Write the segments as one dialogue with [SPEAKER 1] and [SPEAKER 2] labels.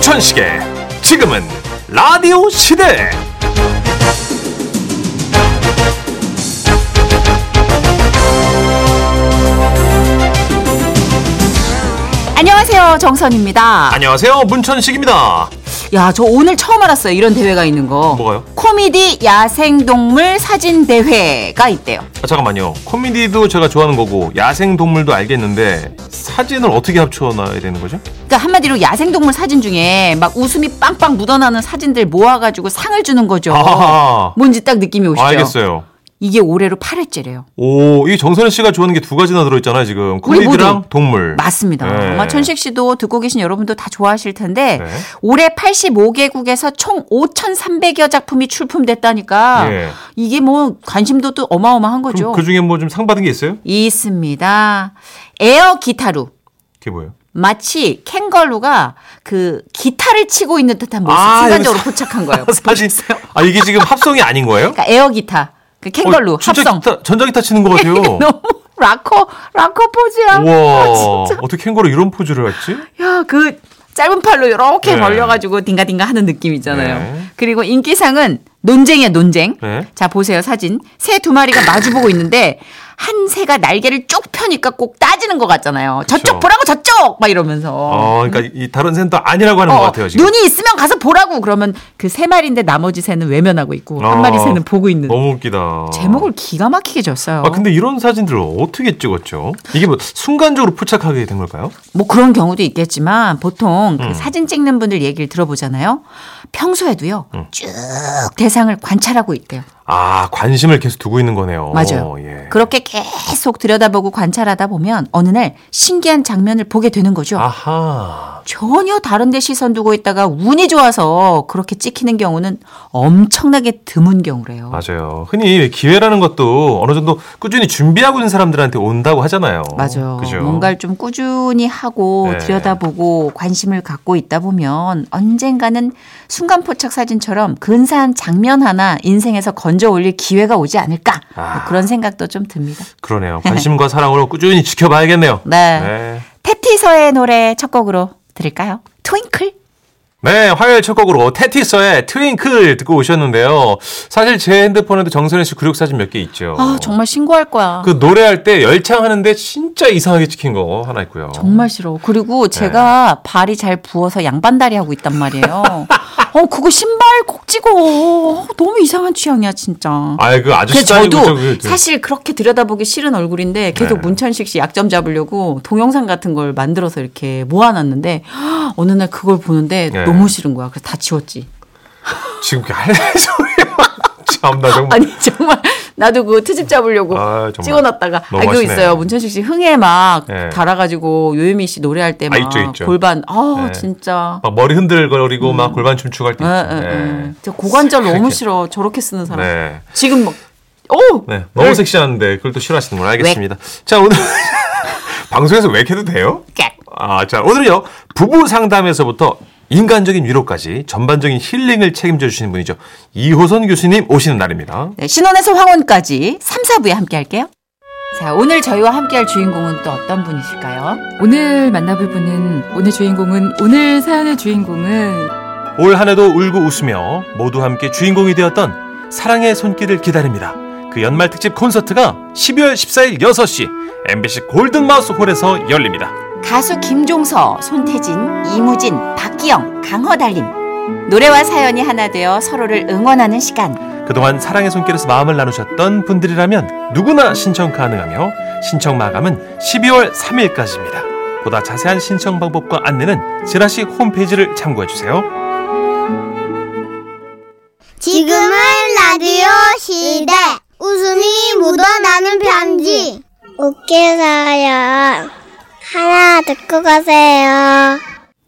[SPEAKER 1] 시간식의 지금은 라디오 시대
[SPEAKER 2] 안녕하세요 정선입니다.
[SPEAKER 1] 안녕하세요 문천식입니다 아,
[SPEAKER 2] 야 저 오늘 처음 알았어요 이런 대회가 있는 거.
[SPEAKER 1] 뭐가요?
[SPEAKER 2] 코미디 야생동물 사진 대회가 있대요.
[SPEAKER 1] 아, 잠깐만요 코미디도 제가 좋아하는 거고 야생동물도 알겠는데 사진을 어떻게 합쳐놔야 되는 거죠?
[SPEAKER 2] 그러니까 한마디로 야생동물 사진 중에 막 웃음이 빵빵 묻어나는 사진들 모아가지고 상을 주는 거죠.
[SPEAKER 1] 아하.
[SPEAKER 2] 뭔지 딱 느낌이 오시죠?
[SPEAKER 1] 알겠어요
[SPEAKER 2] 이게 올해로 8회째래요.
[SPEAKER 1] 오, 이 정선희 씨가 좋아하는 게 두 가지나 들어있잖아요, 지금.
[SPEAKER 2] 우리 모두.
[SPEAKER 1] 코미디랑 동물.
[SPEAKER 2] 맞습니다.
[SPEAKER 1] 네.
[SPEAKER 2] 아마 천식 씨도 듣고 계신 여러분도 다 좋아하실 텐데
[SPEAKER 1] 네.
[SPEAKER 2] 올해 85개국에서 총 5,300여 작품이 출품됐다니까
[SPEAKER 1] 예.
[SPEAKER 2] 이게 뭐 관심도 또 어마어마한
[SPEAKER 1] 그럼
[SPEAKER 2] 거죠.
[SPEAKER 1] 그 중에 뭐 좀 상 받은 게 있어요?
[SPEAKER 2] 있습니다. 에어 기타루.
[SPEAKER 1] 그게 뭐예요?
[SPEAKER 2] 마치 캥거루가 그 기타를 치고 있는 듯한 모습
[SPEAKER 1] 아,
[SPEAKER 2] 순간적으로
[SPEAKER 1] 여기서-
[SPEAKER 2] 포착한 거예요.
[SPEAKER 1] 사진. 아, 이게 지금 합성이 아닌 거예요?
[SPEAKER 2] 그러니까 에어 기타, 그 캥거루
[SPEAKER 1] 어, 진짜
[SPEAKER 2] 합성.
[SPEAKER 1] 기타- 전자기타 치는 것 같아요.
[SPEAKER 2] 너무 락커 락커 포즈야.
[SPEAKER 1] 우와,
[SPEAKER 2] 아, 진짜.
[SPEAKER 1] 어떻게 캥거루 이런 포즈를 했지?
[SPEAKER 2] 야, 그 짧은 팔로 이렇게
[SPEAKER 1] 네.
[SPEAKER 2] 벌려가지고 딩가딩가 하는 느낌이잖아요.
[SPEAKER 1] 네.
[SPEAKER 2] 그리고 인기상은 논쟁이야 논쟁.
[SPEAKER 1] 네.
[SPEAKER 2] 자 보세요 사진. 새 두 마리가 마주보고 있는데 한 새가 날개를 쭉 펴니까 꼭 따지는 것 같잖아요. 저쪽 보라고 저쪽 막 이러면서.
[SPEAKER 1] 어, 그러니까 이 다른 센터 아니라고 하는
[SPEAKER 2] 아, 네. 어,
[SPEAKER 1] 것 같아요 지금.
[SPEAKER 2] 눈이 있으면 가서 보라고 그러면 그 세 마리인데 나머지 새는 외면하고 있고
[SPEAKER 1] 아,
[SPEAKER 2] 한 마리 새는 보고 있는
[SPEAKER 1] 너무 웃기다.
[SPEAKER 2] 제목을 기가 막히게 줬어요.
[SPEAKER 1] 아 근데 이런 사진들을 어떻게 찍었죠? 이게 뭐 순간적으로 포착하게 된 걸까요?
[SPEAKER 2] 뭐 그런 경우도 있겠지만 보통
[SPEAKER 1] 음.
[SPEAKER 2] 그 사진 찍는 분들 얘기를 들어보잖아요. 평소에도요
[SPEAKER 1] 음.
[SPEAKER 2] 쭉 대상을 관찰하고 있대요.
[SPEAKER 1] 아 관심을 계속 두고 있는 거네요.
[SPEAKER 2] 맞아요.
[SPEAKER 1] 예.
[SPEAKER 2] 그렇게 계속 들여다보고 관찰하다 보면 어느 날 신기한 장면을 보게 되는
[SPEAKER 1] 아.
[SPEAKER 2] 거죠.
[SPEAKER 1] 아하.
[SPEAKER 2] 전혀 다른데 시선 두고 있다가 운이 좋아서 그렇게 찍히는 경우는 엄청나게 드문 경우래요.
[SPEAKER 1] 맞아요. 흔히 기회라는 것도 어느 정도 꾸준히 준비하고 있는 사람들한테 온다고 하잖아요. 어,
[SPEAKER 2] 맞아요.
[SPEAKER 1] 그죠?
[SPEAKER 2] 뭔가를 좀 꾸준히 하고
[SPEAKER 1] 네.
[SPEAKER 2] 들여다보고 관심을 갖고 있다 보면 언젠가는 순간 포착 사진처럼 근사한 장면 하나 인생에서 건져 올릴 기회가 오지 않을까
[SPEAKER 1] 아.
[SPEAKER 2] 뭐 그런 생각도 좀 듭니다.
[SPEAKER 1] 그러네요. 관심과 사랑으로 꾸준히 지켜봐야겠네요.
[SPEAKER 2] 네.
[SPEAKER 1] 네.
[SPEAKER 2] 테티서의 노래 첫 곡으로 들을까요? 트윙클?
[SPEAKER 1] 네, 화요일 첫 곡으로 테티서의 트윙클 듣고 오셨는데요. 사실 제 핸드폰에도 정선혜 씨 구력 사진 몇 개 있죠.
[SPEAKER 2] 아 정말 신고할 거야.
[SPEAKER 1] 어. 그 노래할 때 열창하는데 진짜 이상하게 찍힌 거 하나 있고요.
[SPEAKER 2] 정말 싫어. 그리고
[SPEAKER 1] 네.
[SPEAKER 2] 제가 발이 잘 부어서 양반다리 하고 있단 말이에요. 어 그거 신발 꼭 찍어. 어, 너무 이상한 취향이야 진짜.
[SPEAKER 1] 아이 그
[SPEAKER 2] 그
[SPEAKER 1] 아저씨
[SPEAKER 2] 저도
[SPEAKER 1] 딸이고 저기-
[SPEAKER 2] 사실 그렇게 들여다보기 싫은 얼굴인데 계속
[SPEAKER 1] 네.
[SPEAKER 2] 문천식 씨 약점 잡으려고 동영상 같은 걸 만들어서 이렇게 모아놨는데 헉, 어느 날 그걸 보는데
[SPEAKER 1] 네.
[SPEAKER 2] 너무 싫은 거야. 그래서 다 지웠지.
[SPEAKER 1] 지금 그할 소리야. 참나 정말.
[SPEAKER 2] 아니 정말 나도 그 트집 잡으려고
[SPEAKER 1] 어. 아, 정말.
[SPEAKER 2] 찍어놨다가
[SPEAKER 1] 너무
[SPEAKER 2] 아 그거
[SPEAKER 1] 하시네.
[SPEAKER 2] 있어요. 문천식 씨 흥에 막
[SPEAKER 1] 네.
[SPEAKER 2] 달아가지고 요요미 씨 노래할 때
[SPEAKER 1] 아,
[SPEAKER 2] 막
[SPEAKER 1] 있죠, 있죠.
[SPEAKER 2] 골반 아
[SPEAKER 1] 네.
[SPEAKER 2] 진짜.
[SPEAKER 1] 막 머리 흔들거리고
[SPEAKER 2] 음.
[SPEAKER 1] 막 골반 춤추고 할때
[SPEAKER 2] 에,
[SPEAKER 1] 있죠.
[SPEAKER 2] 에, 에.
[SPEAKER 1] 네.
[SPEAKER 2] 저 고관절 너무
[SPEAKER 1] 그렇게.
[SPEAKER 2] 싫어. 저렇게 쓰는 사람.
[SPEAKER 1] 네.
[SPEAKER 2] 지금 막 어! 오.
[SPEAKER 1] 네. 너무 섹시한데 그걸 또 싫어하시는 건 알겠습니다. 자, 오늘 방송에서 왜 해도 돼요?
[SPEAKER 2] 깍.
[SPEAKER 1] 아, 자, 오늘은요. 부부 상담에서부터 인간적인 위로까지 전반적인 힐링을 책임져 주시는 분이죠. 이호선 교수님 오시는 날입니다.
[SPEAKER 2] 네, 신혼에서 황혼까지 3, 4부에 함께 할게요. 자, 오늘 저희와 함께 할 주인공은 또 어떤 분이실까요?
[SPEAKER 3] 오늘 만나볼 분은 오늘 주인공은 오늘 사연의 주인공은
[SPEAKER 1] 올 한해도 울고 웃으며 모두 함께 주인공이 되었던 사랑의 손길을 기다립니다. 그 연말 특집 콘서트가 12월 14일 6시 MBC 골든마우스 홀에서 열립니다.
[SPEAKER 2] 가수 김종서, 손태진, 이무진, 박기영, 강허달림. 노래와 사연이 하나 되어 서로를 응원하는 시간.
[SPEAKER 1] 그동안 사랑의 손길에서 마음을 나누셨던 분들이라면 누구나 신청 가능하며 신청 마감은 12월 3일까지입니다. 보다 자세한 신청 방법과 안내는 지라시 홈페이지를 참고해 주세요.
[SPEAKER 4] 지금은 라디오 시대. 웃음이 묻어나는 편지. 웃겨서요. 하나 듣고 가세요.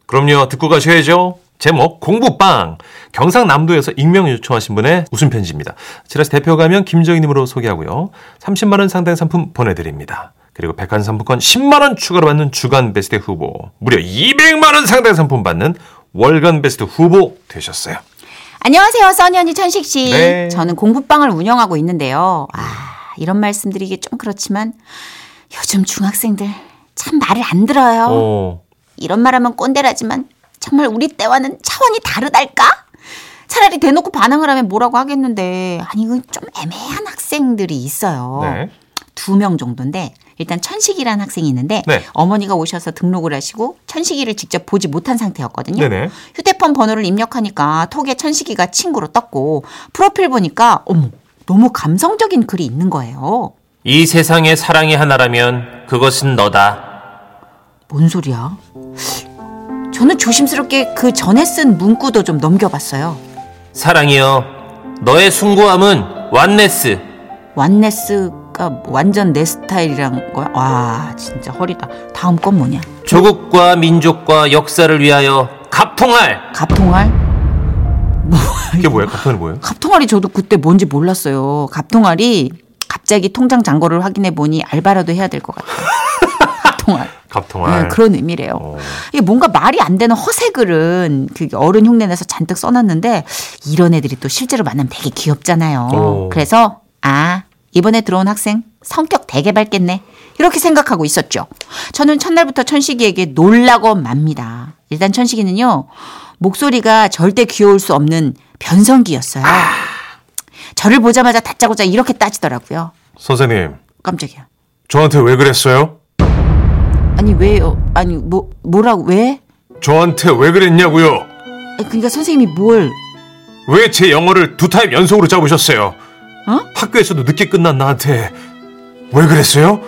[SPEAKER 1] 그럼요. 듣고 가셔야죠. 제목 공부빵 경상남도에서 익명 요청하신 분의 웃음 편지입니다. 지라시 대표 가면 김정희님으로 소개하고요. 30만 원 상당 상품 보내드립니다. 그리고 백한 상품권 10만 원 추가로 받는 주간 베스트 후보 무려 200만 원 상당 상품 받는 월간 베스트 후보 되셨어요.
[SPEAKER 2] 안녕하세요, 써니언니 천식 씨.
[SPEAKER 1] 네.
[SPEAKER 2] 저는 공부방을 운영하고 있는데요. 아, 이런 말씀드리기 좀 그렇지만 요즘 중학생들 참 말을 안 들어요.
[SPEAKER 1] 어,
[SPEAKER 2] 이런 말하면 꼰대라지만 정말 우리 때와는 차원이 다르달까? 차라리 대놓고 반항을 하면 뭐라고 하겠는데 아니 이건 좀 애매한 학생들이 있어요.
[SPEAKER 1] 네.
[SPEAKER 2] 두 명 정도인데 일단 천식이라는 학생이 있는데
[SPEAKER 1] 네.
[SPEAKER 2] 어머니가 오셔서 등록을 하시고 천식이를 직접 보지 못한 상태였거든요.
[SPEAKER 1] 네네.
[SPEAKER 2] 휴대폰 번호를 입력하니까 톡에 천식이가 친구로 떴고 프로필 보니까 어머 너무 감성적인 글이 있는 거예요.
[SPEAKER 5] 이 세상의 사랑이 하나라면 그것은 너다.
[SPEAKER 2] 뭔 소리야? 저는 조심스럽게 그 전에 쓴 문구도 좀 넘겨봤어요.
[SPEAKER 5] 사랑이여, 너의 숭고함은 완네스.
[SPEAKER 2] 완네스가 완전 내 스타일이란 거야? 와 진짜 허리다. 다음 건 뭐냐?
[SPEAKER 5] 조국과 민족과 역사를 위하여 갑통할.
[SPEAKER 2] 갑통알?
[SPEAKER 1] 이게 뭐야? 갑자기 뭐예요?
[SPEAKER 2] 갑통알이 저도 그때 뭔지 몰랐어요. 갑통알이 갑자기 통장 잔고를 확인해 보니 알바라도 해야 될 것 같아요. 갑통알.
[SPEAKER 1] 갑통알.
[SPEAKER 2] 네, 그런 의미래요.
[SPEAKER 1] 어.
[SPEAKER 2] 이게 뭔가 말이 안 되는 허세글은 그 어른 흉내내서 잔뜩 써놨는데 이런 애들이 또 실제로 만나면 되게 귀엽잖아요.
[SPEAKER 1] 오.
[SPEAKER 2] 그래서 아 이번에 들어온 학생 성격 되게 밝겠네 이렇게 생각하고 있었죠. 저는 첫날부터 천식이에게 놀라고 맙니다. 일단 천식이는요 목소리가 절대 귀여울 수 없는 변성기였어요. 저를 보자마자 다짜고짜 이렇게 따지더라고요.
[SPEAKER 1] 선생님,
[SPEAKER 2] 깜짝이야.
[SPEAKER 1] 저한테 왜 그랬어요?
[SPEAKER 2] 아니 왜요? 아니 뭐 뭐라고 왜?
[SPEAKER 1] 저한테 왜 그랬냐고요?
[SPEAKER 2] 아니, 그러니까 선생님이 뭘?
[SPEAKER 1] 왜 제 영어를 두 타임 연속으로 잡으셨어요?
[SPEAKER 2] 어?
[SPEAKER 1] 학교에서도 늦게 끝난 나한테 왜 그랬어요?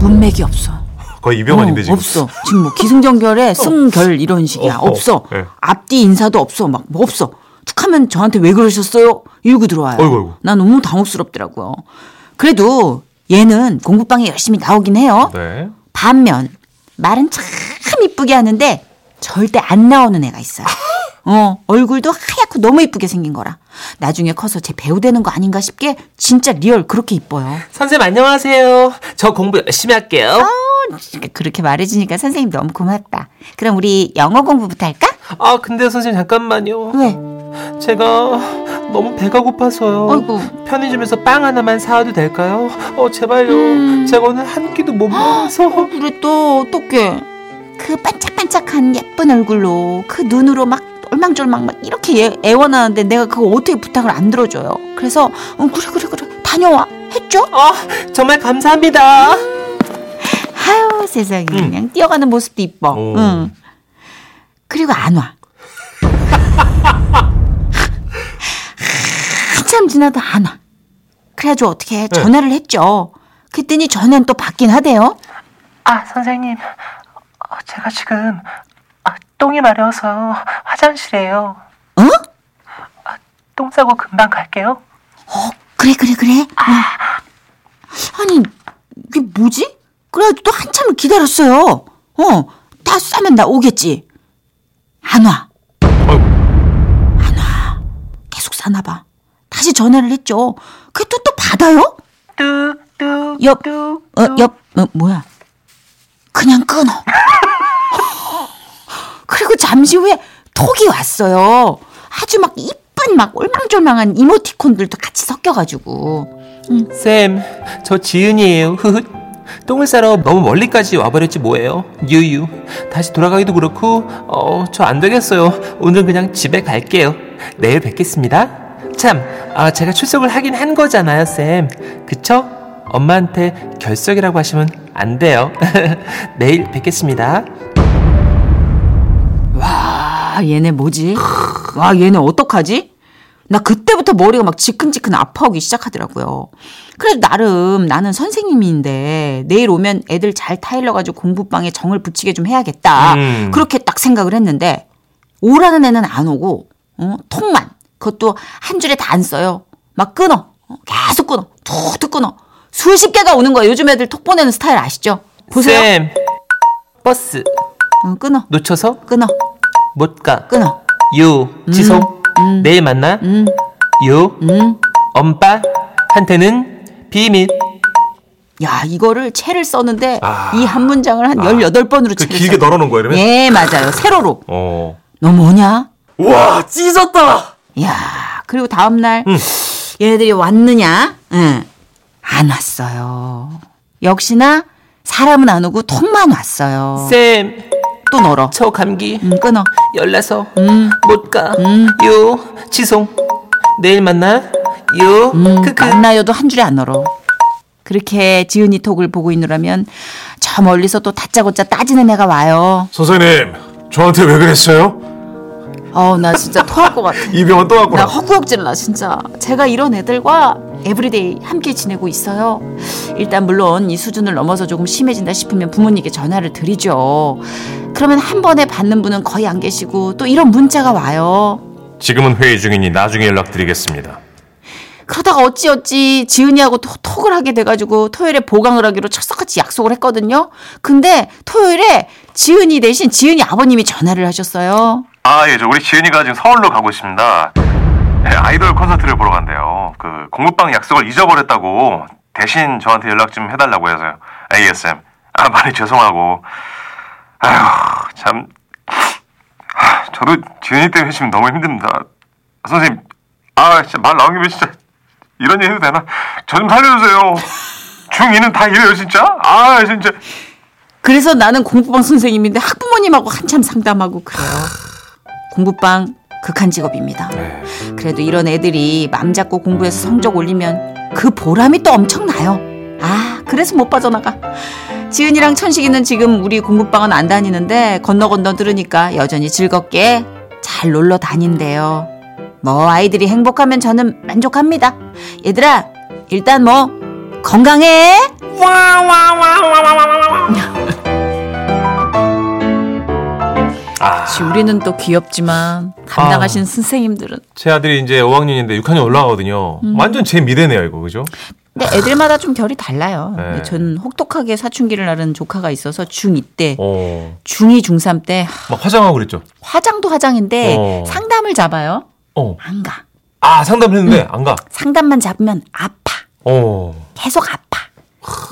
[SPEAKER 2] 문맥이 없어.
[SPEAKER 1] 거의 이병헌인데
[SPEAKER 2] 어,
[SPEAKER 1] 지금.
[SPEAKER 2] 없어. 지금 뭐 기승전결에 승결 이런 식이야.
[SPEAKER 1] 어, 어.
[SPEAKER 2] 없어.
[SPEAKER 1] 예.
[SPEAKER 2] 앞뒤 인사도 없어. 막뭐 없어. 툭하면 저한테 왜 그러셨어요? 이러고 들어와요.
[SPEAKER 1] 어이구, 어이구.
[SPEAKER 2] 난 너무 당혹스럽더라고요. 그래도 얘는 공부방에 열심히 나오긴 해요.
[SPEAKER 1] 네.
[SPEAKER 2] 반면 말은 참 이쁘게 하는데 절대 안 나오는 애가 있어요. 어, 얼굴도 하얗고 너무 이쁘게 생긴 거라. 나중에 커서 제 배우 되는 거 아닌가 싶게 진짜 리얼 그렇게 이뻐요.
[SPEAKER 5] 선생님 안녕하세요. 저 공부 열심히 할게요.
[SPEAKER 2] 그러니까 그렇게 말해주니까 선생님 너무 고맙다. 그럼 우리 영어 공부부터 할까?
[SPEAKER 5] 아 근데 선생님 잠깐만요.
[SPEAKER 2] 왜?
[SPEAKER 5] 제가 너무 배가 고파서요.
[SPEAKER 2] 어이구.
[SPEAKER 5] 편의점에서 빵 하나만 사와도 될까요? 어 제발요. 제가 오늘 한 끼도 못 먹어서.
[SPEAKER 2] 그래 또 어떡해? 그 반짝반짝한 예쁜 얼굴로 그 눈으로 막 얼망졸망 막 이렇게 예- 애원하는데 내가 그거 어떻게 부탁을 안 들어줘요. 그래서 어, 그래 그래 그래 다녀와 했죠?
[SPEAKER 5] 아 정말 감사합니다.
[SPEAKER 2] 아유 세상에 그냥 뛰어가는 모습도 이뻐.
[SPEAKER 1] 오.
[SPEAKER 2] 응. 그리고 안 와. 한참 지나도 안 와. 그래가지고 어떻게 전화를 했죠. 그랬더니 전화는 또 받긴 하대요.
[SPEAKER 6] 아, 선생님. 어, 제가 지금 아, 똥이 마려워서 화장실에요.
[SPEAKER 2] 어?
[SPEAKER 6] 똥 싸고 금방 갈게요.
[SPEAKER 2] 그래 그래 그래. 응. 아니 이게 뭐지? 그래가지고 또 한참을 기다렸어요. 어, 다 싸면 나 오겠지. 안 와.
[SPEAKER 1] 아이고,
[SPEAKER 2] 계속 싸나 봐. 다시 전화를 했죠. 그게 또 또 받아요?
[SPEAKER 6] 뚜,
[SPEAKER 2] 옆,
[SPEAKER 6] 뚜,
[SPEAKER 2] 어, 옆, 어, 뭐야. 그냥 끊어. 그리고 잠시 후에 톡이 왔어요. 아주 막 이쁜 막 올망졸망한 이모티콘들도 같이 섞여가지고.
[SPEAKER 5] 쌤, 저 지은이에요. 흐흐. 똥을 싸러 너무 멀리까지 와버렸지 뭐예요. 유유. 다시 돌아가기도 그렇고, 어, 저 안 되겠어요. 오늘 그냥 집에 갈게요. 내일 뵙겠습니다. 참, 아, 제가 출석을 하긴 한 거잖아요, 쌤. 그쵸? 엄마한테 결석이라고 하시면 안 돼요. 내일 뵙겠습니다.
[SPEAKER 2] 와, 아, 얘네 뭐지? 와, 얘네 어떡하지? 나 그때부터 머리가 막 지끈지끈 아파오기 시작하더라고요. 그래도 나름 나는 선생님인데 내일 오면 애들 잘 타일러가지고 공부방에 정을 붙이게 좀 해야겠다.
[SPEAKER 1] 음.
[SPEAKER 2] 그렇게 딱 생각을 했는데 오라는 애는 안 오고 어? 통만 그것도 한 줄에 다 안 써요. 막 끊어. 어, 계속 끊어. 툭툭 끊어. 수십 개가 오는 거야. 요즘 애들 톡 보내는 스타일 아시죠? 보세요.
[SPEAKER 5] 쌤, 버스
[SPEAKER 2] 어, 끊어.
[SPEAKER 5] 놓쳐서
[SPEAKER 2] 끊어.
[SPEAKER 5] 못 가.
[SPEAKER 2] 끊어.
[SPEAKER 5] 유,
[SPEAKER 2] 음.
[SPEAKER 5] 지송. 내일 만나. 유,
[SPEAKER 2] 음.
[SPEAKER 5] 엄빠한테는 비밀.
[SPEAKER 2] 어. 야, 이거를 채를 썼는데 이 한 문장을 한 18번으로
[SPEAKER 1] 그
[SPEAKER 2] 채를
[SPEAKER 1] 길게
[SPEAKER 2] 써요.
[SPEAKER 1] 널어놓은 거예요, 그러면?
[SPEAKER 2] 예, 맞아요. 세로로.
[SPEAKER 1] 어.
[SPEAKER 2] 너 뭐냐?
[SPEAKER 5] 와, 찢었다!
[SPEAKER 2] 야, 그리고 다음 날 얘네들이 왔느냐? 응. 안 왔어요. 역시나 사람은 안 오고 통만 왔어요.
[SPEAKER 5] 쌤,
[SPEAKER 2] 또 널어.
[SPEAKER 5] 저 감기
[SPEAKER 2] 음, 끊어.
[SPEAKER 5] 열나서 못 가. 요 지송 내일 만나. 요
[SPEAKER 2] 음,
[SPEAKER 5] 크크.
[SPEAKER 2] 만나요도 한 줄에 안 널어. 그렇게 지은이 톡을 보고 있느라면 저 멀리서 또 다짜고짜 따지는 애가 와요.
[SPEAKER 1] 선생님, 저한테 왜 그랬어요?
[SPEAKER 2] 어우, 나 진짜 토할 것 같아.
[SPEAKER 1] 이 병원 또
[SPEAKER 2] 나
[SPEAKER 1] 왔구나.
[SPEAKER 2] 헛구역질 나 진짜. 제가 이런 애들과 에브리데이 함께 지내고 있어요. 일단 물론 이 수준을 넘어서 조금 심해진다 싶으면 부모님께 전화를 드리죠. 그러면 한 번에 받는 분은 거의 안 계시고 또 이런 문자가 와요.
[SPEAKER 1] 지금은 회의 중이니 나중에 연락드리겠습니다.
[SPEAKER 2] 그러다가 어찌어찌 지은이하고 또 톡을 하게 돼가지고 토요일에 보강을 하기로 철석같이 약속을 했거든요. 근데 토요일에 지은이 대신 지은이 아버님이 전화를 하셨어요.
[SPEAKER 7] 아, 예, 저 우리 지은이가 지금 서울로 가고 있습니다. 네, 아이돌 콘서트를 보러 간대요. 그 공부방 약속을 잊어버렸다고 대신 저한테 연락 좀 해달라고 해서요. ASM. 아, 많이 죄송하고. 아휴, 참. 하, 저도 지은이 때문에 지금 너무 힘듭니다. 선생님, 아, 진짜 말 나온 김에 진짜 이런 얘기 해도 되나? 저 좀 살려주세요. 중2는 다 이래요, 진짜? 아, 진짜.
[SPEAKER 2] 그래서 나는 공부방 선생님인데 학부모님하고 한참 상담하고 그래요. 공부방 극한 직업입니다. 그래도 이런 애들이 맘 잡고 공부해서 성적 올리면 그 보람이 또 엄청나요. 아, 그래서 못 빠져나가. 지은이랑 천식이는 지금 우리 공부방은 안 다니는데 건너 건너 들으니까 여전히 즐겁게 잘 놀러 다닌대요. 뭐 아이들이 행복하면 저는 만족합니다. 얘들아, 일단 뭐 건강해.
[SPEAKER 1] 아,
[SPEAKER 3] 혹시 우리는 또 귀엽지만 담당하신 선생님들은
[SPEAKER 1] 제 아들이 이제 5학년인데 6학년 올라가거든요.
[SPEAKER 2] 음.
[SPEAKER 1] 완전 제 미래네요, 이거 그죠?
[SPEAKER 2] 근데 애들마다 좀 결이 달라요.
[SPEAKER 1] 네.
[SPEAKER 2] 저는 혹독하게 사춘기를 나른 조카가 있어서 중2 때,
[SPEAKER 1] 어,
[SPEAKER 2] 중2, 중3 때 하,
[SPEAKER 1] 막 화장하고 그랬죠.
[SPEAKER 2] 화장도 화장인데
[SPEAKER 1] 어.
[SPEAKER 2] 상담을 잡아요.
[SPEAKER 1] 어,
[SPEAKER 2] 안 가.
[SPEAKER 1] 아 상담을 했는데
[SPEAKER 2] 음.
[SPEAKER 1] 안 가.
[SPEAKER 2] 상담만 잡으면 아파.
[SPEAKER 1] 어,
[SPEAKER 2] 계속 아파.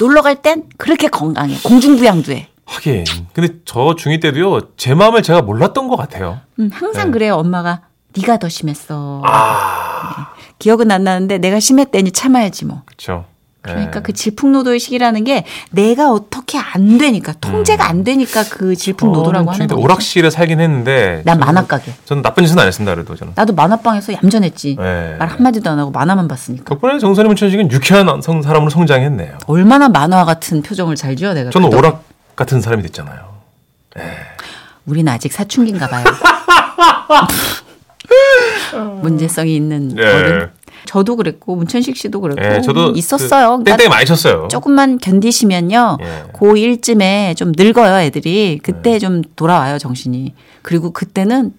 [SPEAKER 2] 놀러 갈 땐 그렇게 건강해. 공중부양도 해.
[SPEAKER 1] 하긴. 근데 저 중2 때도요, 제 마음을 제가 몰랐던 것 같아요.
[SPEAKER 2] 음, 항상
[SPEAKER 1] 네.
[SPEAKER 2] 그래요. 엄마가 네가 더 심했어.
[SPEAKER 1] 아.
[SPEAKER 2] 네. 기억은 안 나는데 내가 심했대니 참아야지 뭐.
[SPEAKER 1] 그렇죠.
[SPEAKER 2] 그러니까 그 질풍노도의 시기라는 게 내가 어떻게 안 되니까 통제가 안 되니까 그 질풍노도라고 하는 네. 거죠.
[SPEAKER 1] 어, 오락실에 살긴 했는데
[SPEAKER 2] 난 만화 가게.
[SPEAKER 1] 저는 나쁜 짓은 안 했습니다, 그래도 저는.
[SPEAKER 2] 나도 만화방에서 얌전했지.
[SPEAKER 1] 네.
[SPEAKER 2] 말 한마디도 안 하고 만화만 봤으니까.
[SPEAKER 1] 덕분에 정선이문 천식은 유쾌한 성- 사람으로 성장했네요.
[SPEAKER 2] 얼마나 만화 같은 표정을 잘 지어 내가.
[SPEAKER 1] 저는
[SPEAKER 2] 그때.
[SPEAKER 1] 오락 같은 사람이 됐잖아요.
[SPEAKER 2] 우린 아직 사춘기인가 봐요. 문제성이 있는
[SPEAKER 1] 네.
[SPEAKER 2] 어른. 저도 그랬고 문천식 씨도 그랬고
[SPEAKER 1] 예, 저도
[SPEAKER 2] 있었어요.
[SPEAKER 1] 그,
[SPEAKER 2] 그러니까
[SPEAKER 1] 땡땡이 많이 쳤어요.
[SPEAKER 2] 조금만 견디시면요.
[SPEAKER 1] 예. 네.
[SPEAKER 2] 고1쯤에 좀 늙어요, 애들이. 그때 좀 돌아와요, 정신이. 그리고 그때는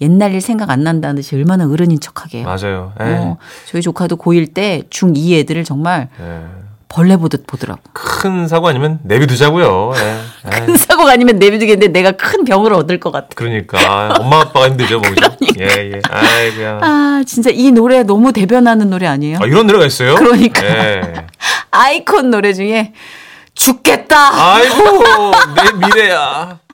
[SPEAKER 2] 옛날 일 생각 안 난다는 듯이 얼마나 어른인 척하게 해요.
[SPEAKER 1] 맞아요. 예.
[SPEAKER 2] 어, 저희 조카도 고1 때 중2 애들을 정말
[SPEAKER 1] 예.
[SPEAKER 2] 벌레 보듯 보더라고.
[SPEAKER 1] 큰 사고 아니면 내비두자고요. 예. 예.
[SPEAKER 2] 큰 사고가 아니면 내비두겠는데 내가 큰 병을 얻을 것 같아.
[SPEAKER 1] 그러니까 아, 엄마 아빠가 힘들죠, 뭐. 그죠? 예, 예. 아이고야.
[SPEAKER 2] 그러니까. 아, 진짜 이 노래 너무 대변하는 노래 아니에요?
[SPEAKER 1] 아, 이런 노래가 있어요?
[SPEAKER 2] 그러니까.
[SPEAKER 1] 예.
[SPEAKER 2] 아이콘 노래 중에 죽겠다!
[SPEAKER 1] 아이고, 내 미래야.